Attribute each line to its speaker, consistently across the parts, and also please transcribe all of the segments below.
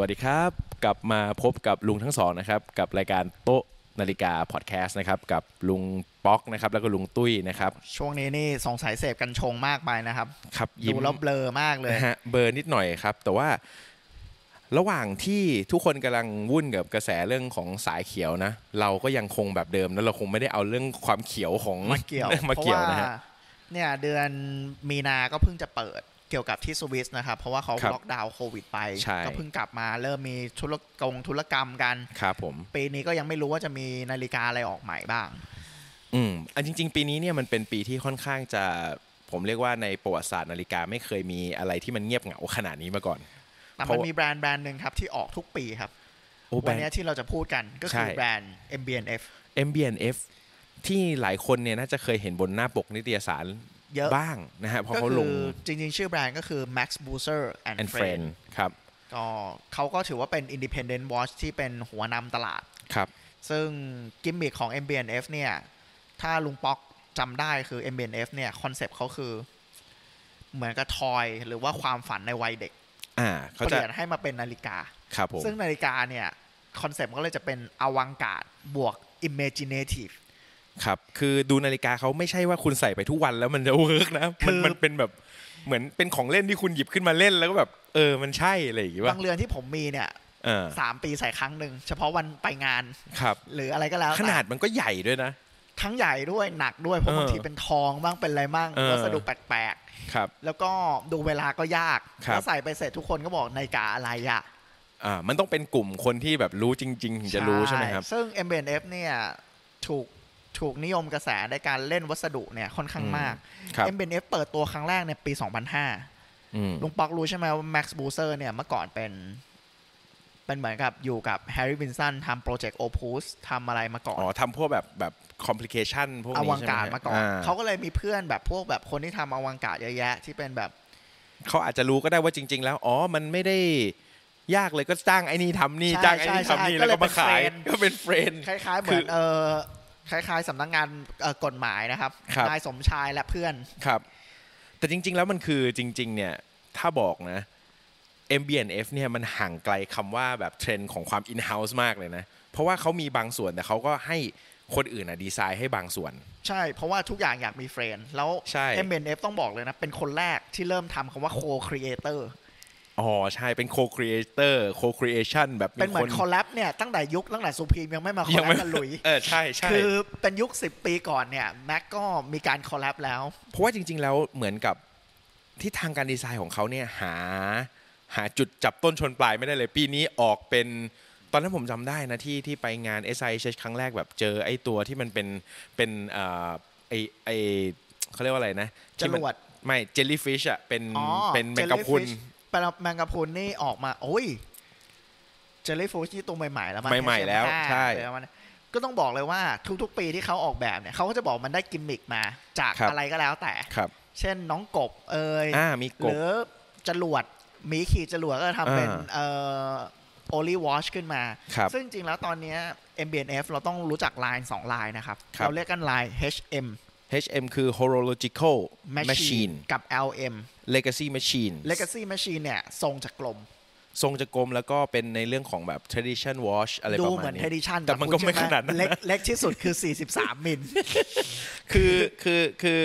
Speaker 1: วัสดีครับ กลับมาพบกับลุงทั้งสองนะครับ กับรายการโต๊ะนาฬิกาพอดแคสต์นะครับ กับลุงป๊อกนะครับ แล้วก็ลุงตุ้ยนะครับ
Speaker 2: ช่วงนี้นี่สงสัยเสพกันชงมากไปนะครับ
Speaker 1: ครับยิ้
Speaker 2: ดู
Speaker 1: ม
Speaker 2: แล้วเบลอมากเลย
Speaker 1: นะฮะเบอร์นิดหน่อยครับ แต่ว่าระหว่างที่ทุกคนกำลังวุ่นกับกระแสเรื่องของสายเขียวนะ เราก็ยังคงแบบเดิมนะเราคงไม่ได้เอาเรื่องความเขียวของ
Speaker 2: มาเกี่ยว
Speaker 1: มา
Speaker 2: เพราะ
Speaker 1: เกี่ยว
Speaker 2: ว่า
Speaker 1: นะฮะ
Speaker 2: เนี่ยเดือนมีนาก็เพิ่งจะเปิดเกี่ยวกับที่สวิสนะครับ เพราะว่าเขา
Speaker 1: ครับ
Speaker 2: ล็อกดาวน์โควิดไป
Speaker 1: ใช่
Speaker 2: ก็เพิ่งกลับมาเริ่มมีธุรกงธุรกรรมกัน
Speaker 1: ครับผม
Speaker 2: ปีนี้ก็ยังไม่รู้ว่าจะมีนาฬิกาอะไรออกใหม่บ้าง
Speaker 1: อืมอันจริง ๆ ปีนี้เนี่ยมันเป็นปีที่ค่อนข้างจะผมเรียกว่าในประวัติศาสตร์นาฬิกาไม่เคยมีอะไรที่มันเงียบเหงาขนาดนี้มาก่อน
Speaker 2: แต่
Speaker 1: เพ
Speaker 2: มัน
Speaker 1: ราะว่ามี
Speaker 2: มีแบรนด์แบรนด์หนึ่งครับที่ออกทุกปีครับ
Speaker 1: โอ้แบ
Speaker 2: วัน
Speaker 1: น
Speaker 2: เนี้ยที่เราจะพูดกันก็คือ
Speaker 1: ใช่
Speaker 2: แบรนด์ MBNF
Speaker 1: MBNF ที่หลายคนเนี่ยน่าจะเคยเห็นบนหน้าปกนิตยสาร
Speaker 2: เยอะ
Speaker 1: บ้างนะฮะเพราะ
Speaker 2: ก็
Speaker 1: เขาล
Speaker 2: คื
Speaker 1: ง
Speaker 2: อจริงๆ ชื่อแบรนด์ก็คือ Max Boozer and
Speaker 1: and
Speaker 2: Friend
Speaker 1: friend ครับ
Speaker 2: ก็เขาก็ถือว่าเป็น Independent Watch ที่เป็นหัวนำตลาด
Speaker 1: ครับ
Speaker 2: ซึ่งกิมมิคของ MBNF เนี่ย ถ้าลุงป๊อกจำได้คือ MBNF เนี่ย คอนเซปต์เขาคือ เหมือนกับทอยหรือว่าความฝันในวัยเด็ก
Speaker 1: อ่าเขา
Speaker 2: เป
Speaker 1: จะ
Speaker 2: ลี่ยนให้มาเป็นนาฬิกา
Speaker 1: ครับผม
Speaker 2: ซึ่งนาฬิกาเนี่ย คอนเซปต์มันก็เลยจะเป็นอวังการ์ดบวก imaginative
Speaker 1: ครับ คือดูนาฬิกาเขาไม่ใช่ว่าคุณใส่ไปทุกวันแล้วมันจะเวิร์กนะ
Speaker 2: คื
Speaker 1: มัน
Speaker 2: อ
Speaker 1: มันเป็นแบบเหมือนเป็นของเล่นที่คุณหยิบขึ้นมาเล่นแล้วก็แบบ เออมันใช่อะไรอย่างงี้ป่ะ
Speaker 2: บางเรือนที่ผมมีเนี่ย
Speaker 1: อ่า
Speaker 2: สามปีใส่ครั้งหนึ่ง เฉพาะวันไปงาน
Speaker 1: ครับ
Speaker 2: หรืออะไรก็แล้วแต่
Speaker 1: ขนาดมันก็ใหญ่ด้วยนะ
Speaker 2: ทั้งใหญ่ด้วยหนักด้วยเพ
Speaker 1: เออบ
Speaker 2: ราะางทีเป็นทองบ้างเป็นอะไรบ้าง
Speaker 1: เออ
Speaker 2: วัสดุแปลกๆ
Speaker 1: ครับ
Speaker 2: แล้วก็ดูเวลาก็ยาก
Speaker 1: ครับ
Speaker 2: แล้วใส่ไปเสร็จทุกคนก็บอกนาฬิกาอะไรอะ
Speaker 1: อ่ามันต้องเป็นกลุ่มคนที่แบบรู้จริงๆถึงจะรู้ใช่ไหมครับ
Speaker 2: ซึ่ง m b n f เนี่ยถูกถูกนิยมกระแสในการเล่นวัสดุเนี่ยค่อนข้างมาก
Speaker 1: ครับ
Speaker 2: m b n f เปิดตัวครั้งแรกในปี 2005
Speaker 1: อืม
Speaker 2: ลุงปอกรู้ใช่ไหมว่า Max b o o s e r เนี่ยเมื่อก่อนเป็น เป็นเหมือนกับอยู่กับ Harry Winson ทำโปรเจกต์ Opus ทำอะไรมาก่อน
Speaker 1: อ๋อทำพวกแบบแบบคอมพลิเคชันพวก
Speaker 2: อ
Speaker 1: นี้
Speaker 2: วัง
Speaker 1: ใช่ไหม
Speaker 2: การ
Speaker 1: ฮะ
Speaker 2: มาก่อน
Speaker 1: อ่
Speaker 2: เขาก็เลยมีเพื่อนแบบพวกแบบคนที่ทำอวังการเยอะแยะที่เป็นแบบ
Speaker 1: เขาอาจจะรู้ก็ได้ว่าจริง ๆ แล้ว อ๋อมันไม่ได้ยากเลยก็จ้างไอ้นี่ทำนี่
Speaker 2: ใช่
Speaker 1: จ้างไอ้นี่
Speaker 2: ใช่
Speaker 1: ทำนี่
Speaker 2: ใช่
Speaker 1: แล้วก็มาขาย
Speaker 2: ก็เลย
Speaker 1: ก็
Speaker 2: เป็น friend
Speaker 1: เป็นเฟรน
Speaker 2: คล้าย ๆ เห
Speaker 1: คื
Speaker 2: มือ
Speaker 1: อน
Speaker 2: เออคล้ายๆสำนักงานเอ่อกฎหมายนะครับ
Speaker 1: ครับ
Speaker 2: นายสมชายและเพื่อน
Speaker 1: ครับ แต่จริง ๆ แล้วมันคือจริง ๆ เนี่ย ถ้าบอกนะ MBNF เนี่ยมันห่างไกลคำว่าแบบเทรนด์ของความ in-house มากเลยนะ เพราะว่าเขามีบางส่วนแต่เขาก็ให้คนอื่นนะดีไซน์ให้บางส่วน
Speaker 2: ใช่ เพราะว่าทุกอย่างอยากมีเฟรนด์แล้ว
Speaker 1: ใช่
Speaker 2: MNF ต้องบอกเลยนะ เป็นคนแรกที่เริ่มทำคำว่า co-creator
Speaker 1: อ๋อ ใช่ เป็น co-creator co-creation แบบ
Speaker 2: เป็นเหมือนคอลแลบเนี่ย ตั้งแต่ยุค ตั้งแต่สุพีมยังไม่มาคอล
Speaker 1: ยัง
Speaker 2: แล
Speaker 1: ไม่
Speaker 2: บกันหลุย
Speaker 1: เออ ใช่ใช่
Speaker 2: คือเป็นยุค 10 ปีก่อนเนี่ย แม็กก็มีการคอลแลบแล้ว
Speaker 1: เพราะว่าจริง ๆ แล้วเหมือนกับที่ทางการดีไซน์ของเขาเนี่ยหาหาจุดจับต้นชนปลายไม่ได้เลยปีนี้ออกเป็นตอนนั้นผมจำได้นะที่ที่ไปงาน s i h ครั้งแรกแบบเจอไอ้ตัวที่มันเป็นเป็นเอ่อไอไอเขาเรียกว่าอะไรนะที่มัน
Speaker 2: จรวด
Speaker 1: ไม่เจลลี่ฟิชอะเป็น
Speaker 2: อ๋อ
Speaker 1: เป็นแมงกะพรุน
Speaker 2: Jellyfish เป็นแมงกะพรุนนี่ออกมา โอ้ยเจลลี่ฟูชี่ตัวใหม่ๆแล้วมัน
Speaker 1: ใหม่ๆแล้วใช่
Speaker 2: เดี๋ยวมันก็ต้องบอกเลยว่าทุกๆปีที่เขาออกแบบเนี่ยเขาก็จะบอกมันได้กิมมิกมา จากอะไรก็แล้วแต่
Speaker 1: ครับ
Speaker 2: เช่นน้องกบเอ่ย
Speaker 1: อ่ามีก
Speaker 2: ห
Speaker 1: บ
Speaker 2: รือจรวดหมีขี่จรวดก็ทำเป็น
Speaker 1: อ่า
Speaker 2: เอ่อโอลีวอชขึ้นมา
Speaker 1: ครับ
Speaker 2: ซึ่งจริงแล้วตอนเนี้ย MBNF เราต้องรู้จักไลน์2ลายนะครับ
Speaker 1: ครับ
Speaker 2: เราเรียกกันไลน์ HM
Speaker 1: HM คือ horological
Speaker 2: Machine
Speaker 1: machine
Speaker 2: กับ LM
Speaker 1: legacy machine
Speaker 2: Legacy Machine เนี่ยทรงจากกลม
Speaker 1: ทรงจะกลมแล้วก็เป็นในเรื่องของแบบ tradition wash อะไรป
Speaker 2: ดู
Speaker 1: ระ
Speaker 2: เห
Speaker 1: มา
Speaker 2: มื
Speaker 1: ณ
Speaker 2: อนเท
Speaker 1: นี้
Speaker 2: ดิชัน
Speaker 1: แต่มันก็ไม่ขนาดนั้นนะ
Speaker 2: เล็กเล็กที่สุดคือ 43 มิล
Speaker 1: คือคือคือ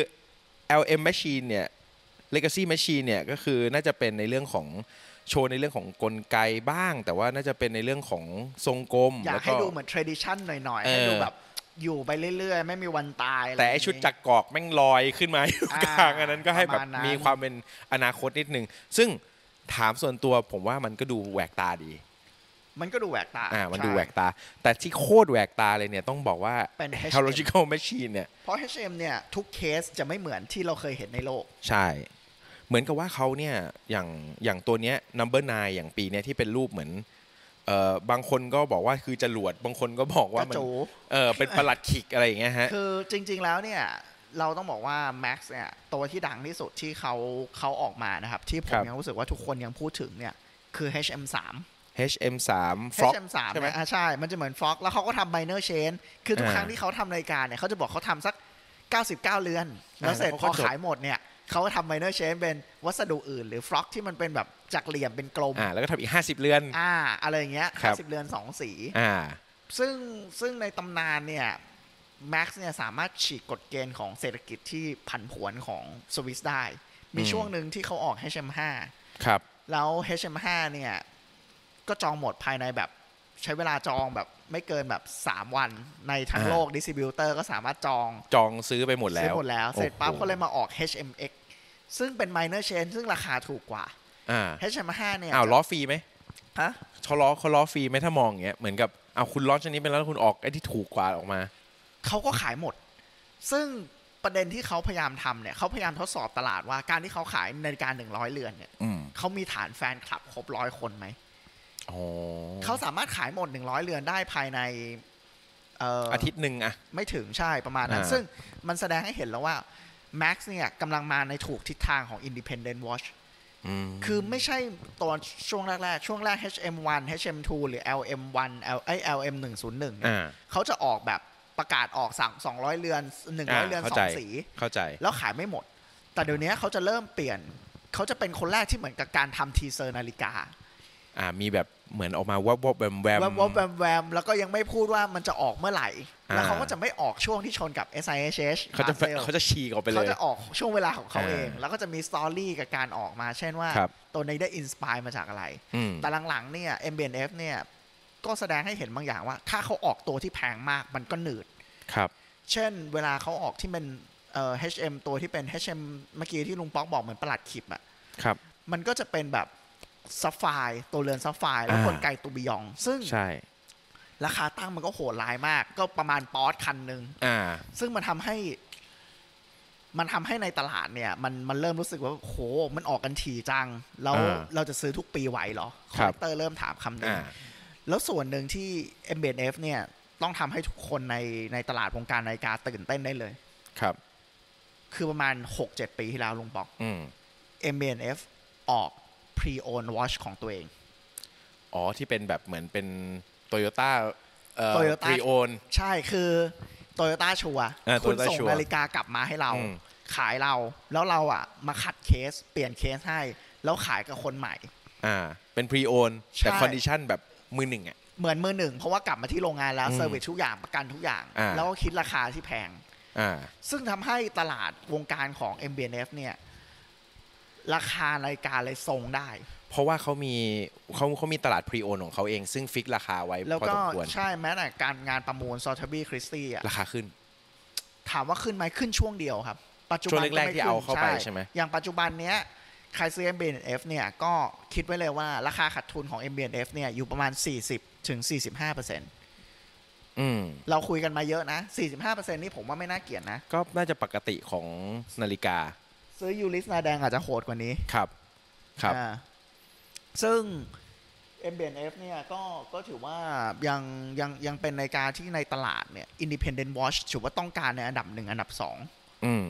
Speaker 1: LM Machine เนี่ย Legacy Machine เนี่ยก็คือน่าจะเป็นในเรื่องของโชว์ในเรื่องของกลไกบ้าง แต่ว่าน่าจะเป็นในเรื่องของทรงกลม
Speaker 2: อยาก
Speaker 1: แล้ว
Speaker 2: ให้ดูเหมือนเทดิชันหน่อยๆ
Speaker 1: เออ
Speaker 2: ให้ดูแบบอยู่ไปเรื่อยๆ ไม่มีวันตายอะไร
Speaker 1: แต่ไอ
Speaker 2: อย่างนี้
Speaker 1: ชุดจักรกอกแม่งลอยขึ้นมาอยู่
Speaker 2: อ่าก
Speaker 1: ลางอันนั้นก็ให้แบ
Speaker 2: ป
Speaker 1: บ
Speaker 2: ระมาณนั้น
Speaker 1: มีความเป็นอนาคตนิดนึง ซึ่งถามส่วนตัวผมว่ามันก็ดูแหวกตาดี
Speaker 2: มันก็ดูแหวกตา
Speaker 1: อ่ามันดู
Speaker 2: ใช่
Speaker 1: แหวกตา แต่ที่โคตรแหวกตาเลยเนี่ยต้องบอกว่า
Speaker 2: เป็น HM
Speaker 1: Technological Machine เนี่ย
Speaker 2: เพราะ HM เนี่ยทุกเคสจะไม่เหมือนที่เราเคยเห็นในโลก
Speaker 1: ใช่ เหมือนกับว่าเขาเนี่ยอย่างอย่างตัวเนี้ย number nine อย่างปีเนี้ยที่เป็นรูปเหมือนเอ่อบางคนก็บอกว่าคือจรวด บางคนก็บอกว่ามัน
Speaker 2: กระจู๋
Speaker 1: เออเป็นประหลัดขิกอะไรอย่างเงี้ยฮะ
Speaker 2: คือจริงๆแล้วเนี่ยเราต้องบอกว่า Max เนี่ยตัวที่ดังที่สุดที่เขาเขาออกมานะครับ ที่ผ
Speaker 1: ครั
Speaker 2: ม
Speaker 1: บ
Speaker 2: ยังรู้สึกว่าทุกคนยังพูดถึงเนี่ยคือ HM3
Speaker 1: HM 3 Frog
Speaker 2: HM3
Speaker 1: ใช่ไหม
Speaker 2: เนี่ยอ่ะใช่ มันจะเหมือนฟ็อกแล้วเขาก็ทำไบเนอร์เชนคือทุก
Speaker 1: อ่า
Speaker 2: ครั้งที่เขาทำรายการเนี่ยเขาจะบอกเขาทำสัก 99 เรือน แล้ว
Speaker 1: อ่า
Speaker 2: เสร็จ
Speaker 1: แล้ว
Speaker 2: พอ
Speaker 1: เขาก็จบ
Speaker 2: ขายหมดเนี่ย เขาทำไมเนอร์เชนเป็นวัสดุอื่น หรือฟล็อกที่มันเป็นแบบจักเหลี่ยมเป็นกลม
Speaker 1: อ่าแล้วก็ทำอีก 50 เรือน
Speaker 2: อ่า อะไรอย่างเงี้ย
Speaker 1: ครับ
Speaker 2: สิบเรือนสองสี
Speaker 1: อ่า
Speaker 2: ซึ่งซึ่งในตำนานเนี่ยแม็กซ์เนี่ยสามารถฉีกกฎเกณฑ์ของเศรษฐกิจที่ผันผวนของสวิสได้ มี
Speaker 1: อืม
Speaker 2: ช่วงหนึ่งที่เขาออก HM5
Speaker 1: ครับ
Speaker 2: แล้ว HM5 เนี่ย ก็จองหมดภายในแบบใช้เวลาจองแบบไม่เกินแบบ 3 วันในทั้ง
Speaker 1: อ่า
Speaker 2: โลกดิส t r บิ u เตอร์ก็สามารถจอง
Speaker 1: จองซื้อไปหมดแล้
Speaker 2: ซื้อ
Speaker 1: ว
Speaker 2: หมดแล้ว เสร็จปั๊บ
Speaker 1: โอ้โห
Speaker 2: ก็เลยมาออก HMX ซึ่งเป็น minor chain ซึ่งราคาถูกกว่า
Speaker 1: อ่า
Speaker 2: HM5 เนี่ย
Speaker 1: อ้าวล้อฟรีไหม
Speaker 2: ฮะ
Speaker 1: เขาล้อเขาล้อฟรีไหมถ้ามองอย่างเงี้ยเหมือนกับอ้าวคุณล้อชนิดเป็นแล้วคุณออกไอ้ที่ถูกกว่าออกมา
Speaker 2: เขาก็ขายหมด ซึ่งประเด็นที่เขาพยายามทำเนี่ย เขาพยายามทดสอบตลาดว่าการที่เขาขายนาฬิกาหนึ่งร้อยเรือนเนี่ย
Speaker 1: อืม
Speaker 2: เขามีฐานแฟนคลับครบร้อยคนไหม
Speaker 1: อ๋อ
Speaker 2: เขาสามารถขายหมดหนึ่งร้อยเรือนได้ภายในเอ่ออ
Speaker 1: อาทิตย์หนึ่งอะ
Speaker 2: ไม่ถึงใช่ประมาณนั้น
Speaker 1: อ่า
Speaker 2: ซึ่งมันแสดงให้เห็นแล้วว่า Max เนี่ยกำลังมาในถูกทิศทางของ Independent Watch
Speaker 1: อืม
Speaker 2: คือไม่ใช่ตอนช่วงแรกๆ ช่วงแรก HM1 HM2 หรือ LM1 L ไอ LM101 เนี่ย
Speaker 1: อ่า
Speaker 2: เขาจะออกแบบประกาศออกสั่ง200 เรือน 100 เรือน
Speaker 1: เข้า
Speaker 2: สอ
Speaker 1: ใจ
Speaker 2: งสี
Speaker 1: เข้าใจ
Speaker 2: แล้วขายไม่หมด แต่เดี๋ยวนี้เขาจะเริ่มเปลี่ยน เขาจะเป็นคนแรกที่เหมือนกับการทำทีเซอร์นาฬิกา
Speaker 1: อ่ามีแบบเหมือนออกมาวับวับแวมแวม
Speaker 2: แวมๆแวมแวมๆแล้วก็ยังไม่พูดว่ามันจะออกเมื่อไหร่ แล้ว
Speaker 1: อ่า
Speaker 2: เขาก็จะไม่ออกช่วงที่ชนกับ s i h h
Speaker 1: เขาจะเขาจะฉีกออกไปเล
Speaker 2: เขา
Speaker 1: ย
Speaker 2: จะออกช่วงเวลาของเขาเอง
Speaker 1: อ่า
Speaker 2: แล้วก็จะมีสตอรี่กับการออกมา เช่นว่า
Speaker 1: ครับ
Speaker 2: ตัวนี้ได้อินสปายมาจากอะไร
Speaker 1: อืม
Speaker 2: แต่หลังๆเนี่ย m b n f เนี่ยก็แสดงให้เห็นบางอย่างว่า ถ้าเขาออกตัวที่แพงมากมันก็หนืด
Speaker 1: ครับ
Speaker 2: เช่นเวลาเขาออกที่เป็นเอ่อ HM ตัวที่เป็น HM เมื่อกี้ที่ลุงป๊อกบอกเหมือนประหลัดขิบอะ
Speaker 1: ครับ
Speaker 2: มันก็จะเป็นแบบซัฟไฟร์ตัวเรือนซัฟไฟร์แล้ว
Speaker 1: อ่า
Speaker 2: กลไกตูบิยอง ซึ่ง
Speaker 1: ใช่
Speaker 2: ราคาตั้งมันก็โหดร้ายมาก ก็ประมาณปอสคันหนึ่ง
Speaker 1: อ่า
Speaker 2: ซึ่งมันทำให้ มันทำให้ในตลาดเนี่ย มันมันเริ่มรู้สึกว่าโหมันออกกันถี่จัง แล้ว
Speaker 1: อ่า
Speaker 2: เราจะซื้อทุกปีไหวเหรอค
Speaker 1: ค
Speaker 2: อ
Speaker 1: รับ
Speaker 2: ลเลกเตอร์เริ่มถามคำนึ
Speaker 1: อ่า
Speaker 2: งแล้วส่วนหนึ่งที่ m b f เนี่ย ต้องทำให้ทุกคนในในตลาดวงการนาฬิกาตื่นเต้นได้เลย
Speaker 1: ครับ
Speaker 2: คือประมาณ 6-7 ปีที่แล้วลุงบอก
Speaker 1: อืม
Speaker 2: m b f ออก pre-owned watch ของตัวเอง
Speaker 1: อ๋อที่เป็นแบบเหมือนเป็นโตโยต้าเอ่อ
Speaker 2: Toyota
Speaker 1: พรีโอน
Speaker 2: ใช่คือโตโยต้าชัว
Speaker 1: เออ
Speaker 2: คุณ
Speaker 1: Toyota
Speaker 2: ส่ง
Speaker 1: Sure
Speaker 2: นาฬิกากลับมาให้เรา
Speaker 1: อืม
Speaker 2: ขายเราแล้วเราอ่ะ มาขัดเคส เปลี่ยนเคสให้ แล้วขายกับคนใหม่
Speaker 1: อ่า เป็นพรีโอน
Speaker 2: ใช่
Speaker 1: แต่คอนดิชันแบบมือหนึ่งอ่ะ
Speaker 2: เหมือนมือหนึ่ง เพราะว่ากลับมาที่โรงงานแล้ว
Speaker 1: อืม
Speaker 2: เซอร์วิสทุกอย่างประกันทุกอย่าง
Speaker 1: อ่า
Speaker 2: แล้วก็คิดราคาที่แพง
Speaker 1: อ่า
Speaker 2: ซึ่งทำให้ตลาดวงการของ m b n f เนี่ย ราคานาฬิกาเลยทรงได้
Speaker 1: เพราะว่าเขามีเขาเขามีตลาดพรีโอนของเขาเอง ซึ่งฟิกราคาไว้
Speaker 2: แล้ว
Speaker 1: พอ
Speaker 2: ก็
Speaker 1: สมควร
Speaker 2: ใช่แม้แต่การงานประมูลซอทบีคริสตี้อ่ะ
Speaker 1: ราคาขึ้น
Speaker 2: ถามว่าขึ้นไหมขึ้นช่วงเดียวครับ ปัจจุบัน
Speaker 1: ช่วงแรกๆ
Speaker 2: ไม่
Speaker 1: ที่เอาเข้าไปใช่ไหม
Speaker 2: อย่างปัจจุบันเนี้ยใครซื้อ MBNF เนี่ยก็คิดไว้เลยว่าราคาขาดทุนของ MBNF เนี่ยอยู่ประมาณ 40ถึง45
Speaker 1: อืม
Speaker 2: เราคุยกันมาเยอะนะ 45 นี่ผมว่าไม่น่าเกลียดนะ
Speaker 1: ก็น่าจะปกติของนาฬิกา
Speaker 2: ซื้อยูริสนาแดงอาจจะโหดกว่านี้
Speaker 1: ครับ ครับ
Speaker 2: อ่าซึ่ง MBNF เนี่ยก็ก็ถือว่ายังยังยังเป็นนาฬิกาที่ในตลาดเนี่ย Independent Watch ถือว่าต้องการในอันดับหนึ่งอันดับสอง
Speaker 1: อืม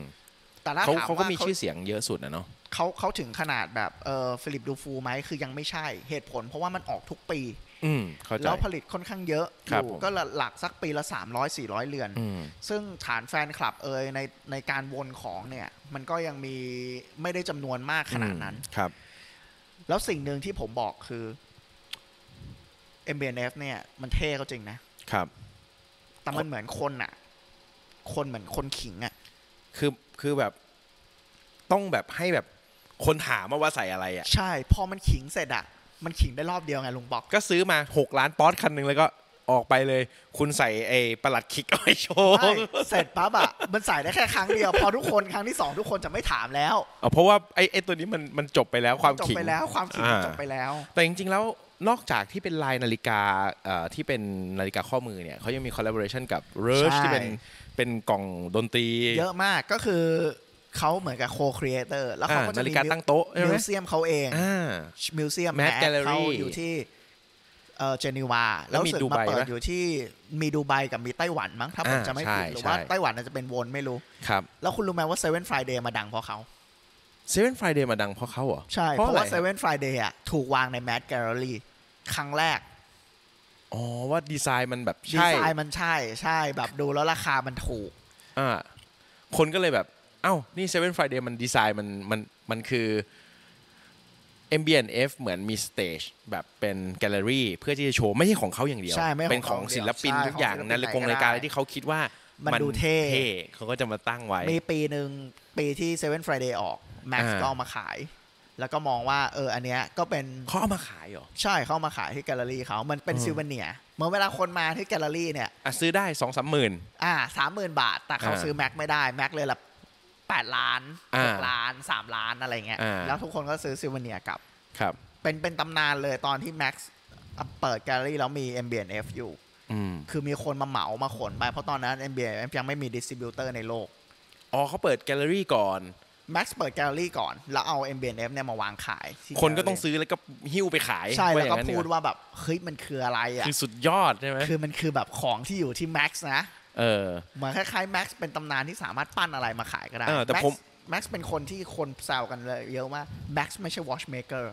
Speaker 2: แต่ถ้า
Speaker 1: เขา
Speaker 2: ถาม
Speaker 1: เขาก็
Speaker 2: ว่า
Speaker 1: มี
Speaker 2: เขา
Speaker 1: ชื่อเสียงเยอะสุดนะเนาะ
Speaker 2: เขาเขาถึงขนาดแบบเออฟิลิปดูฟูไหมคือยังไม่ใช่เหตุผล เพราะว่ามันออกทุกปี
Speaker 1: อืม เข้าใจ
Speaker 2: แล้วผลิตค่อนข้างเยอะอ
Speaker 1: ครับ
Speaker 2: ยู่
Speaker 1: ผม
Speaker 2: ก็หลักสักปีละ 300 400 เรือน
Speaker 1: อืม
Speaker 2: ซึ่งฐานแฟนคลับเอยในในการวนของเนี่ย มันก็ยังมีไม่ได้จำนวนมากขนาดนั้น
Speaker 1: อืมครับ
Speaker 2: แล้วสิ่งหนึ่งที่ผมบอกคือ m b n f เนี่ย มันเท่ก็จริงนะ
Speaker 1: ครับ
Speaker 2: แต่มันเหมือนคนอะคนเหมือนคนขิงอะ
Speaker 1: คือ คือแบบ ต้องแบบให้แบบ คนถามว่าใส่อะไรอ่ะ
Speaker 2: ใช่พอมันขิงเสร็จอะมันขิงได้รอบเดียวไงลุงบอก
Speaker 1: ก็ซื้อมา 6 ล้านปอนด์คันหนึ่งแล้วก็ออกไปเลย คุณใส่ไอ้ประหลัดคิกเอาไปโชว์
Speaker 2: ใช่เสร็จปั๊บอ่ะ มันใส่ได้แค่ครั้งเดียว พอทุกคนครั้งที่สองทุกคนจะไม่ถามแล้ว
Speaker 1: เอาเพราะว่าไอ้ไอ้ตัวนี้มันมันจบไปแล้วความ
Speaker 2: จบ
Speaker 1: ขิง
Speaker 2: ไปแล้วความขิงมัน
Speaker 1: อ่า
Speaker 2: จบไปแล้ว
Speaker 1: แต่จริงๆ แล้วนอกจากที่เป็นลายนาฬิกาเอ่อที่เป็นนาฬิกาข้อมือเนี่ยเขายังมีคอลลาบอร์ชันกับ r u s h
Speaker 2: ใช่
Speaker 1: ที่เป็นเป็นกล่องดนตรี
Speaker 2: เยอะมากก็คือเขาเหมือนกับโคครีเอเตอร์แล้วเขา
Speaker 1: อ่า
Speaker 2: ก็จะ
Speaker 1: นาฬิ
Speaker 2: มี
Speaker 1: กาตั้งโต๊ะใช่ไหม
Speaker 2: มิวเซียมเขาเอง
Speaker 1: อ่า
Speaker 2: มิวเซียม
Speaker 1: Mad
Speaker 2: แม
Speaker 1: Gallery
Speaker 2: เขาอยู่ที่เอ่อเจนีวา
Speaker 1: แล้
Speaker 2: แล้ว
Speaker 1: วมี
Speaker 2: รู้สึก
Speaker 1: ดู
Speaker 2: มา
Speaker 1: ไบ
Speaker 2: เปิด
Speaker 1: ปะ
Speaker 2: อยู่ที่มีดูไบกับมีไต้หวันมั้งถ้าผม
Speaker 1: อ่า
Speaker 2: จะไม่ผิด
Speaker 1: ใช่
Speaker 2: หรือว่า
Speaker 1: ใช่
Speaker 2: ไต้หวันอาจจะเป็นวนไม่รู้
Speaker 1: ครับ
Speaker 2: แล้วคุณรู้ไหมว่าเซเว่นฟรายเดย์มาดังเพราะเขา
Speaker 1: เซเว่นฟรายเดย์มาดังเพราะเขาเหรอ
Speaker 2: ใช่เพ
Speaker 1: เพราะอะ
Speaker 2: ราะ
Speaker 1: ไร
Speaker 2: ว่าเซเว่นฟรายเดย์อ่ะถูกวางในแมดแกลเลอรี่ครั้งแรก
Speaker 1: อ๋อว่าดีไซน์มันแบบ
Speaker 2: ดี
Speaker 1: ใช่
Speaker 2: ไซน์มันใช่ใช่แบบดูแล้วราคามันถูก
Speaker 1: อ่าคนก็เลยแบบ เอ้า นี่ Seven Friday มันดีไซน์มันมันมันคือ m b n f เหมือนมีสเตจแบบเป็นแกลเลอรี่เพื่อที่จะโชว์ไม่ใช่ของเขาอย่างเดียว
Speaker 2: ใช่ไม่ใช่
Speaker 1: เป็นข
Speaker 2: ข
Speaker 1: อ
Speaker 2: อง ง
Speaker 1: ศิลปิน
Speaker 2: เขา
Speaker 1: ทุกอย่าง
Speaker 2: ใช่
Speaker 1: นั้น
Speaker 2: ของศิล
Speaker 1: ใน
Speaker 2: ปิน
Speaker 1: กรงรายการ
Speaker 2: ไหนก็ได้
Speaker 1: ที่เขาคิดว่ามัน
Speaker 2: ดูเท่
Speaker 1: เขาก็จะมาตั้งไว้
Speaker 2: มีปีหนึ่งปีที่ Seven Friday ออก Max
Speaker 1: อ่า
Speaker 2: ก็เอามาขาย แล้วก็มองว่าเอออันเนี้ยก็เป็น
Speaker 1: เขาเอามาขายเหรอ
Speaker 2: ใช่เข้ามาขายที่แกลเลอรี่เขา มันเป็น
Speaker 1: เออ
Speaker 2: ซิลเวเนียเหมื่อนเวลาคนมาที่แกลเลอรี่เนี่ย
Speaker 1: อ่ะซื้อได้สองสามหมื่น
Speaker 2: อ่าสามหมื่นบาท แต่เขา
Speaker 1: อ่า
Speaker 2: ซื้อแม็กไม่ได้ แม็กเลยละแปดล้าน
Speaker 1: อ่า
Speaker 2: หกล้านสามล้านอะไรเงี้ย
Speaker 1: อ่า
Speaker 2: แล้วทุกคนก็ซื้อซิลเวเนียกลับ
Speaker 1: ครับ
Speaker 2: เป็นเป็นตำนานเลยตอนที่แม็กเปิดแกลเลอรี่แล้วมี m b n f อยู่
Speaker 1: อืม
Speaker 2: คือมีคนมาเหมามาขนไป เพราะตอนนั้น m b n f ยังไม่มีดิสติบิวเตอร์ในโลก
Speaker 1: อ๋อเขาเปิดแกลเลอรี่ก่อน
Speaker 2: แม็กเปิดแกลเลอรี่ก่อน แล้วเอา m b n f เนี่ยมาวางขายที่
Speaker 1: คนก็ต้อง
Speaker 2: แลเล
Speaker 1: ซื้อแล้วก็หิ้วไปขาย
Speaker 2: ใช่
Speaker 1: า
Speaker 2: แล้ว
Speaker 1: อย่
Speaker 2: ก็
Speaker 1: งนั้น
Speaker 2: พูดว่าแบบเฮ้ยมันคืออะไรอ่ะ
Speaker 1: คือสุดยอดใช่ไหม
Speaker 2: คือมันคือแบบของที่อยู่ที่ Max นะ
Speaker 1: เออ
Speaker 2: เหมือนคล้ายๆ Max เป็นตำนานที่สามารถปั้นอะไรมาขายก็ได้
Speaker 1: เออแต่
Speaker 2: Max
Speaker 1: ผม
Speaker 2: Max เป็นคนที่คนแซวกันเลยเยอะว่า Max ไม่ใช่ watchmaker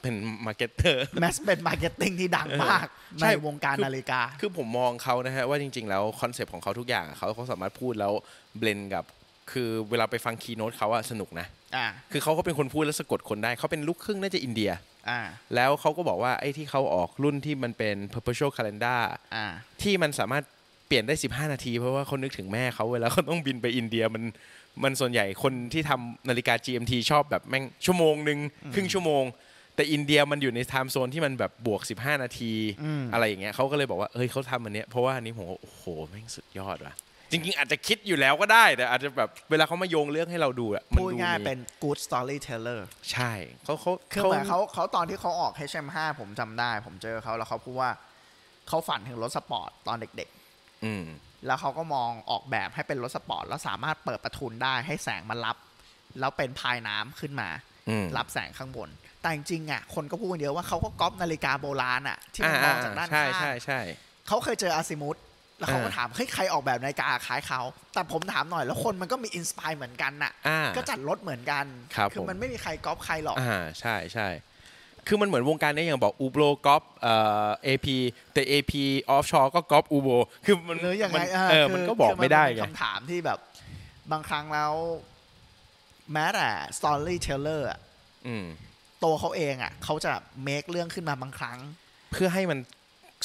Speaker 1: เป็นมาร์เก็ตเตอร์
Speaker 2: Max เป็นมาร์เก็ตติ้งที่ดังมาก
Speaker 1: ใช่
Speaker 2: ในวงการนาฬิกา
Speaker 1: คือผมมองเขานะฮะว่าจริง ๆ แล้วคอนเซปต์ของเขาทุกอย่างอะเขาเขาสามารถพูดแล้วเบลนกับ คือเวลาไปฟังคีย์โน้ตเขาอะสนุกนะ
Speaker 2: อ่า
Speaker 1: คือเขาก็เป็นคนพูดแล้วสะกดคนได้เขาเป็นลูกครึ่งน่าจะอินเดีย
Speaker 2: อ่า
Speaker 1: แล้วเขาก็บอกว่าไอ้ที่เขาออกรุ่นที่มันเป็น perpetual calendar
Speaker 2: อ่า
Speaker 1: ที่มันสามารถเปลี่ยนได้ 15 นาที เพราะว่าเขานึกถึงแม่เขาเวลาเขาต้องบินไปอินเดียมันมันส่วนใหญ่คนที่ทำนาฬิกา GMT ชอบแบบแม่งชั่วโมงหนึ่งครึ่งชั่วโมง แต่อินเดียมันอยู่ในไทม์โซนที่มันแบบบวก 15 นาที
Speaker 2: อืม
Speaker 1: ไรอย่างเงี้ยเขาก็เลยบอกว่าเฮ้ยเขาทำอันเนี้ยเพราะว่าอันนี้ผมว่าโอ้โหแม่งสุดยอดว่ะจริงๆ อาจจะคิดอยู่แล้วก็ได้ แต่อาจจะแบบเวลาเขามาโยงเรื่องให้เราดูอะมัน
Speaker 2: พูด
Speaker 1: ดู
Speaker 2: ง่าย
Speaker 1: มี
Speaker 2: เป็น good storyteller
Speaker 1: ใช่เขาเขา
Speaker 2: คือเหมือนเขาเขาตอนที่เขาออก HM5 ผมจำได้ ผมเจอเขาแล้วเขาพูดว่าเขาฝันถึงรถสปอร์ตตอนเด็ก
Speaker 1: อืม
Speaker 2: ๆ แล้วเขาก็มองออกแบบให้เป็นรถสปอร์ตแล้วสามารถเปิดประทุนได้ให้แสงมันรับ แล้วเป็นพายน้ำขึ้นมา
Speaker 1: อืม
Speaker 2: รับแสงข้างบน แต่จริงๆอ่ะ คนก็พูดกันเยอะว่าเขาก็ก๊อปนาฬิกาโบราณอ่ะ ที่มันมองจากด้าน
Speaker 1: ใช่
Speaker 2: ข้าง
Speaker 1: ใช่ใช่
Speaker 2: เขาเคยเจออาซิมุตแล้วเขาก็
Speaker 1: อ่า
Speaker 2: ถามเฮ้ยใครออกแบบนาฬิกาคล้ายเขา แต่ผมถามหน่อยแล้วคนมันก็มีอินสปายเหมือนกันน่ะ
Speaker 1: อ่า
Speaker 2: ก็จัดรถเหมือนกัน
Speaker 1: ครับ
Speaker 2: อ
Speaker 1: ผม
Speaker 2: มันไม่มีใครก๊อปใครหรอก
Speaker 1: อ่าใช่ใช่คือมันเหมือนวงการเนี้อย่างบอกอูโบกอปเอ่อ AP แต่ AP ออฟชอก็กอปอูโบคือมัน
Speaker 2: หรือยัง
Speaker 1: มั
Speaker 2: ไง
Speaker 1: น
Speaker 2: อ่ะ
Speaker 1: เออ
Speaker 2: คื
Speaker 1: มันก็บอก
Speaker 2: คื
Speaker 1: ไม่ได้
Speaker 2: น
Speaker 1: ไง
Speaker 2: คำถามที่แบบ บางครั้งแล้ว แม้แต่ storyteller อ่ะ
Speaker 1: อืม
Speaker 2: ตัวเขาเองอ่ะเขาจะ make เรื่องขึ้นมาบางครั้ง
Speaker 1: เพื่อให้มัน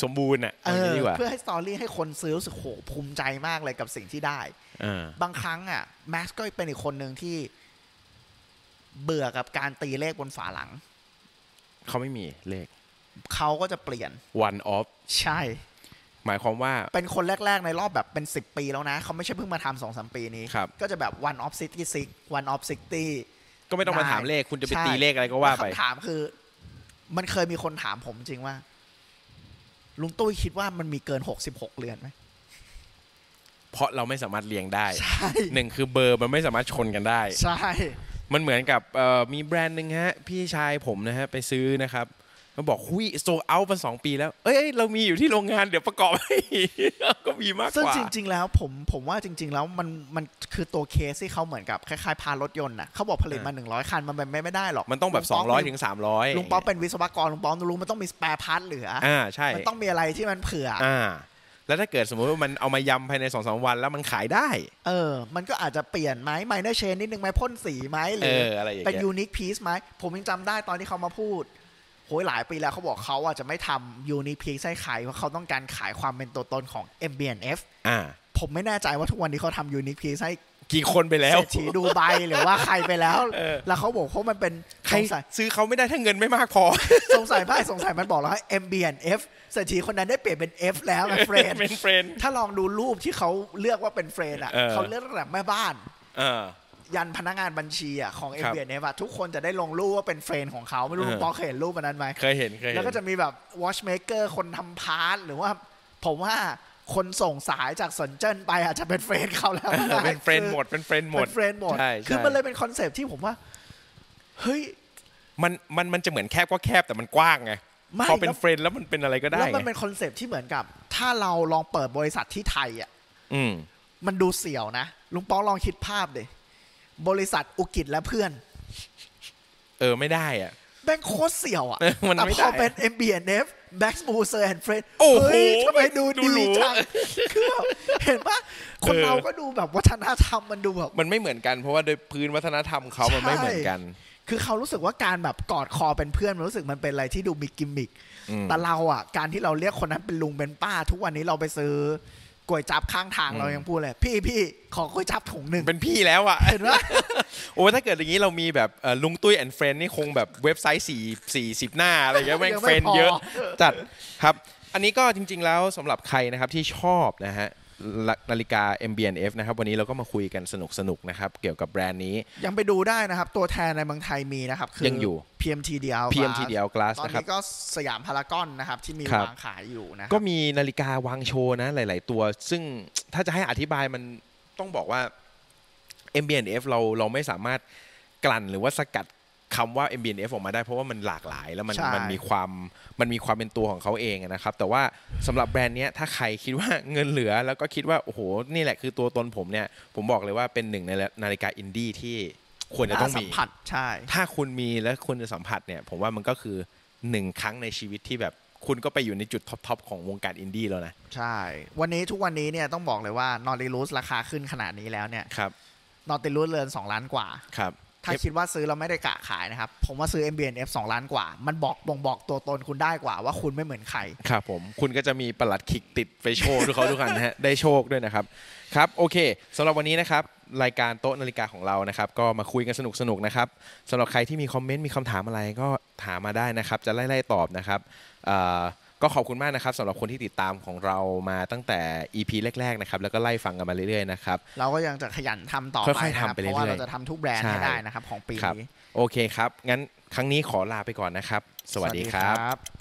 Speaker 1: สมบูรณ์อ่ะ
Speaker 2: เอ
Speaker 1: เอาอย่าง
Speaker 2: อ
Speaker 1: นี้ดีกว่า
Speaker 2: เพื่อให้สตอรี่ให้คนซื้อรู้สึกโหภูมิใจมากเลยกับสิ่งที่ได้
Speaker 1: เออบ
Speaker 2: างครั้งอ่ะแม็กซ์ก็เป็นอีกคนหนึ่งที่เบื่อกับการตีเลขบนฝาหลัง
Speaker 1: เขาไม่มีเลข
Speaker 2: เขาก็จะเปลี่ยน
Speaker 1: one off
Speaker 2: ใช่
Speaker 1: หมายความว่า
Speaker 2: เป็นคนแรก ๆ ในรอบแบบเป็น 10 ปีแล้วนะ เขาไม่ใช่เพิ่งมาทำสองสามปีนี้
Speaker 1: ครับ
Speaker 2: ก็จะแบบ one of sixty six one of sixty
Speaker 1: ก็ไม่ต้องมาถามเลขคุณจะไปตีเลขอะไรก็ว่าไป
Speaker 2: คำถามคือ มันเคยมีคนถามผมจริงว่า ลุงตุ้ยคิดว่ามันมีเกิน 66 เรือนไหม
Speaker 1: เพราะเราไม่สามารถเรียงได้
Speaker 2: ใช่
Speaker 1: หนึ่งคือเบอร์มันไม่สามารถชนกันได้
Speaker 2: ใช่
Speaker 1: มันเหมือนกับเอ่อมีแบรนด์หนึ่งฮะ พี่ชายผมนะฮะ ไปซื้อนะครับเขาบอกหุยโซเอามาสองปีแล้ว เอ้ย เรามีอยู่ที่โรงงานเดี๋ยวประกอบให้ ก็มีมาก
Speaker 2: ซึ่ง
Speaker 1: กว่า
Speaker 2: จริง ๆ แล้วผมผมว่าจริง ๆ แล้วมันมันคือตัวเคสที่เขาเหมือนกับคล้ายๆ พารถยนต์นะเขาบอกผลิตมา 100 คัน มันเป็นไปไม่ได้หรอก
Speaker 1: มันต้องแบบ
Speaker 2: ลุป๊ก
Speaker 1: 200ถึง300
Speaker 2: ลุงป๊อกเป็นวิศวกรลุงป๊อกรู้มันต้องมีสแปรพาร์ทเหลืออ
Speaker 1: อ่าใช่
Speaker 2: มันต้องมีอะไรที่มันเผื่ออ
Speaker 1: อ่า แล้วถ้าเกิดสมมติว่ามันเอามายำภายใน2อสวันแล้วมันขายได้
Speaker 2: เออ มันก็อาจจะเปลี่ยนไหมไมเนอร์เชนนิดนึงไหมพ่นสีไหมห
Speaker 1: เอ
Speaker 2: รือ
Speaker 1: ออะไรอย่าง
Speaker 2: เป็น
Speaker 1: เงี้ย
Speaker 2: ยูนิคพีซไหมผมยังจำได้ตอนที่เขามาพูดโหยหลายปีแล้วเขาบอกเขาอาจจะไม่ทำยูนิคพีซให้ขายเพราะเขาต้องการขายความเป็นตัวตนของ m b n f
Speaker 1: อ่า
Speaker 2: ผมไม่แน่ใจว่าทุกวันนี้เขาทำยูนิคพีซให้
Speaker 1: กี่คนไปแล้ว
Speaker 2: เศรษฐีดูไบหรือว่าใครไปแล้ว แล้วเขาบอกว่ามันเป็น
Speaker 1: ใคร
Speaker 2: ส
Speaker 1: ง
Speaker 2: สัย
Speaker 1: ซื้อเขาไม่ได้ถ้าเงินไม่มากพอ
Speaker 2: สงสัยพ่ายสงสัยมันบอกแล้วให้ M B N F เศรษฐีคนนั้นได้เปลี่ยนเป็น F แล้ว นะเฟรน
Speaker 1: เป็นเฟรนด์
Speaker 2: ถ้าลองดูรูปที่เขาเลือกว่าเป็นเฟรนอ่ะ
Speaker 1: เออ
Speaker 2: เขาเลือกตั้งแต่แม่บ้าน
Speaker 1: อ่า
Speaker 2: ยันพนักงานบัญชีอ่ะของ
Speaker 1: ค
Speaker 2: M
Speaker 1: รับ
Speaker 2: B N F อะทุกคนจะได้ลงรูปว่าเป็นเฟรนของเขาไม่รู้
Speaker 1: เออ
Speaker 2: คุณปอเคยเห็นรูปอันนั้นไหม
Speaker 1: เคยเห็นเคยเห็น
Speaker 2: แล้วก็จะมีแบบ watchmaker คนทำพาร์ทหรือว่า ผมว่าคนส่งสายจากสนเจิ้นไปอาจจะเป็นเฟรนเขาแล้วก็
Speaker 1: เออ
Speaker 2: ได้
Speaker 1: เป็นเฟรนด์หมดเป็นเฟรนด์หมด
Speaker 2: เป็นเฟรนด์หมด
Speaker 1: ใช่
Speaker 2: คือ
Speaker 1: ใช่
Speaker 2: มันเลยเป็นคอนเซปต์ที่ผมว่า เฮ้ย
Speaker 1: มันมันมันจะเหมือนแคบก็แคบแต่มันกว้างไง
Speaker 2: ไม่
Speaker 1: พอเป็
Speaker 2: แล้
Speaker 1: น
Speaker 2: ว
Speaker 1: เฟรนด์แล้วมันเป็นอะไรก็ได้
Speaker 2: แล้วมัน
Speaker 1: ไง
Speaker 2: เป็นคอนเซปต์ที่เหมือนกับ ถ้าเราลองเปิดบริษัทที่ไทยอ่ะ
Speaker 1: อืม
Speaker 2: มันดูเสี่ยวนะ ลุงป้องลองคิดภาพเดยบริษัทอุกิจและเพื่อน
Speaker 1: เออไม่ได้อ่ะ
Speaker 2: แม่งโคตรเสี่ยวอ่ะ
Speaker 1: เออมัน
Speaker 2: แต่
Speaker 1: ไม่
Speaker 2: พ
Speaker 1: ได้
Speaker 2: อเป็น m b n f แบ็กบูเซอร์แอนด์เฟรน
Speaker 1: โอ้โห
Speaker 2: เฮ้ยทำไมดู
Speaker 1: ดูหรู
Speaker 2: ดีจังคือแบบเห็นปะคน
Speaker 1: เออ
Speaker 2: เราก็ดูแบบวัฒนธรรมมันดูแบบ
Speaker 1: มันไม่เหมือนกันเพราะว่าโดยพื้นวัฒนธรรมเขามันไม่เหมือนกัน
Speaker 2: คือเขารู้สึกว่าการแบบกอดคอเป็นเพื่อนมันรู้สึกมันเป็นอะไรที่ดูมีกิมมิค
Speaker 1: อืม
Speaker 2: แต่เราอ่ะ การที่เราเรียกคนนั้นเป็นลุงเป็นป้า ทุกวันนี้เราไปซื้อก๋วยจับข้างทางเรายังพูดเลย พี่พี่ขอก๋วยจับถุงหนึ่ง
Speaker 1: เป็นพี่แล้วอ่ะ
Speaker 2: เห็นปะ
Speaker 1: โอ้ยถ้าเกิดอย่างนี้เรามีแบบเอ่อลุงตุ้ยแอนเฟรนนี่คงแบบเว็บไซต์สี่สี่สิบหน้าอะไรเงี้ยแม่ง
Speaker 2: ยังไม่
Speaker 1: เฟรนเยอะ
Speaker 2: พอ
Speaker 1: จัดครับ อันนี้ก็จริง ๆ แล้วสำหรับใครนะครับที่ชอบนะฮะละนาฬิกา MBNF นะครับ วันนี้เราก็มาคุยกันสนุกๆนะครับ เกี่ยวกับแบรนด์นี้
Speaker 2: ยังไปดูได้นะครับ ตัวแทนในเมืองไทยมีนะครับ คื
Speaker 1: ยังอยู่
Speaker 2: PMT d l
Speaker 1: PMT DL Glass
Speaker 2: ตอน
Speaker 1: นะครับ
Speaker 2: นี้ก็สยามพารากอนนะครับ ที่มี
Speaker 1: ครับ
Speaker 2: วางขายอยู่นะค
Speaker 1: ก็
Speaker 2: รับ
Speaker 1: มีนาฬิกาวางโชว์นะ หลาย ๆ ตัว ซึ่งถ้าจะให้อธิบายมันต้องบอกว่า MBNF เราเราไม่สามารถกลั่นหรือว่าสกัดคำว่า MBNF ออกมาได้เพราะว่ามันหลากหลาย แล้วมัน
Speaker 2: ใช่
Speaker 1: มันมีความมันมีความเป็นตัวของเขาเองนะครับ แต่ว่าสำหรับแบรนด์เนี้ยถ้าใครคิดว่า เงินเหลือ แล้วก็คิดว่า โอ้โห นี่แหละคือตัวตนผมเนี่ย ผมบอกเลยว่าเป็นหนึ่งในนาฬิกาอินดี้ที่ควรจะต้อง
Speaker 2: สั
Speaker 1: มี
Speaker 2: มผัสใช่
Speaker 1: ถ้าคุณมีและคุณจะสัมผัสเนี่ย ผมว่ามันก็คือหนึ่งครั้งในชีวิตที่แบบคุณก็ไปอยู่ในจุดท็อปๆของวงการอินดี้แล้วนะ
Speaker 2: ใช่ วันนี้ทุกวันนี้เนี่ยต้องบอกเลยว่านอติลูสราคาขึ้นขนาดนี้แล้วเนี่ย
Speaker 1: ครับ
Speaker 2: นอติลูสเรือน 2 ล้านกว่า
Speaker 1: ครับ
Speaker 2: ถ้าคิดว่าซื้อแล้วไม่ได้กะขายนะครับ ผมว่าซื้อ MBNF 2 ล้านกว่า มันบอกบ่งบอกตัวตนคุณได้กว่าว่าคุณไม่เหมือนใคร
Speaker 1: ครับผมคุณก็จะมีประหลัดขิกติดไปโชว์ด้วยเขาทุกคนนะฮ ะ ได้โชคด้วยนะครับ ครับ โอเคสำหรับวันนี้นะครับ รายการโต๊ะนาฬิกาของเรานะครับ ก็มาคุยกันสนุกๆนะครับสำหรับใครที่มีคอมเมนต์มีคำถามอะไรก็ถามมาได้นะครับ จะไล่ๆตอบนะครับเอ่อก็ขอบคุณมากนะครับสำหรับคนที่ติดตามของเรามาตั้งแต่ EP แรกๆนะครับแล้วก็ไล่ฟังกันมาเรื่อยๆนะครับ
Speaker 2: เราก็ยังจะขยันทำต่อไป
Speaker 1: ค่อยๆ
Speaker 2: นะค
Speaker 1: ทำ
Speaker 2: รับ
Speaker 1: ไปเรื่อยๆ
Speaker 2: เพราะว่าเราจะทำทุกแบรนด์ให้
Speaker 1: ใช่
Speaker 2: ได้นะครับของปี
Speaker 1: ครับ
Speaker 2: นี้
Speaker 1: โอเคครับ งั้นครั้งนี้ขอลาไปก่อนนะครับ สวัสดีครับ
Speaker 2: บ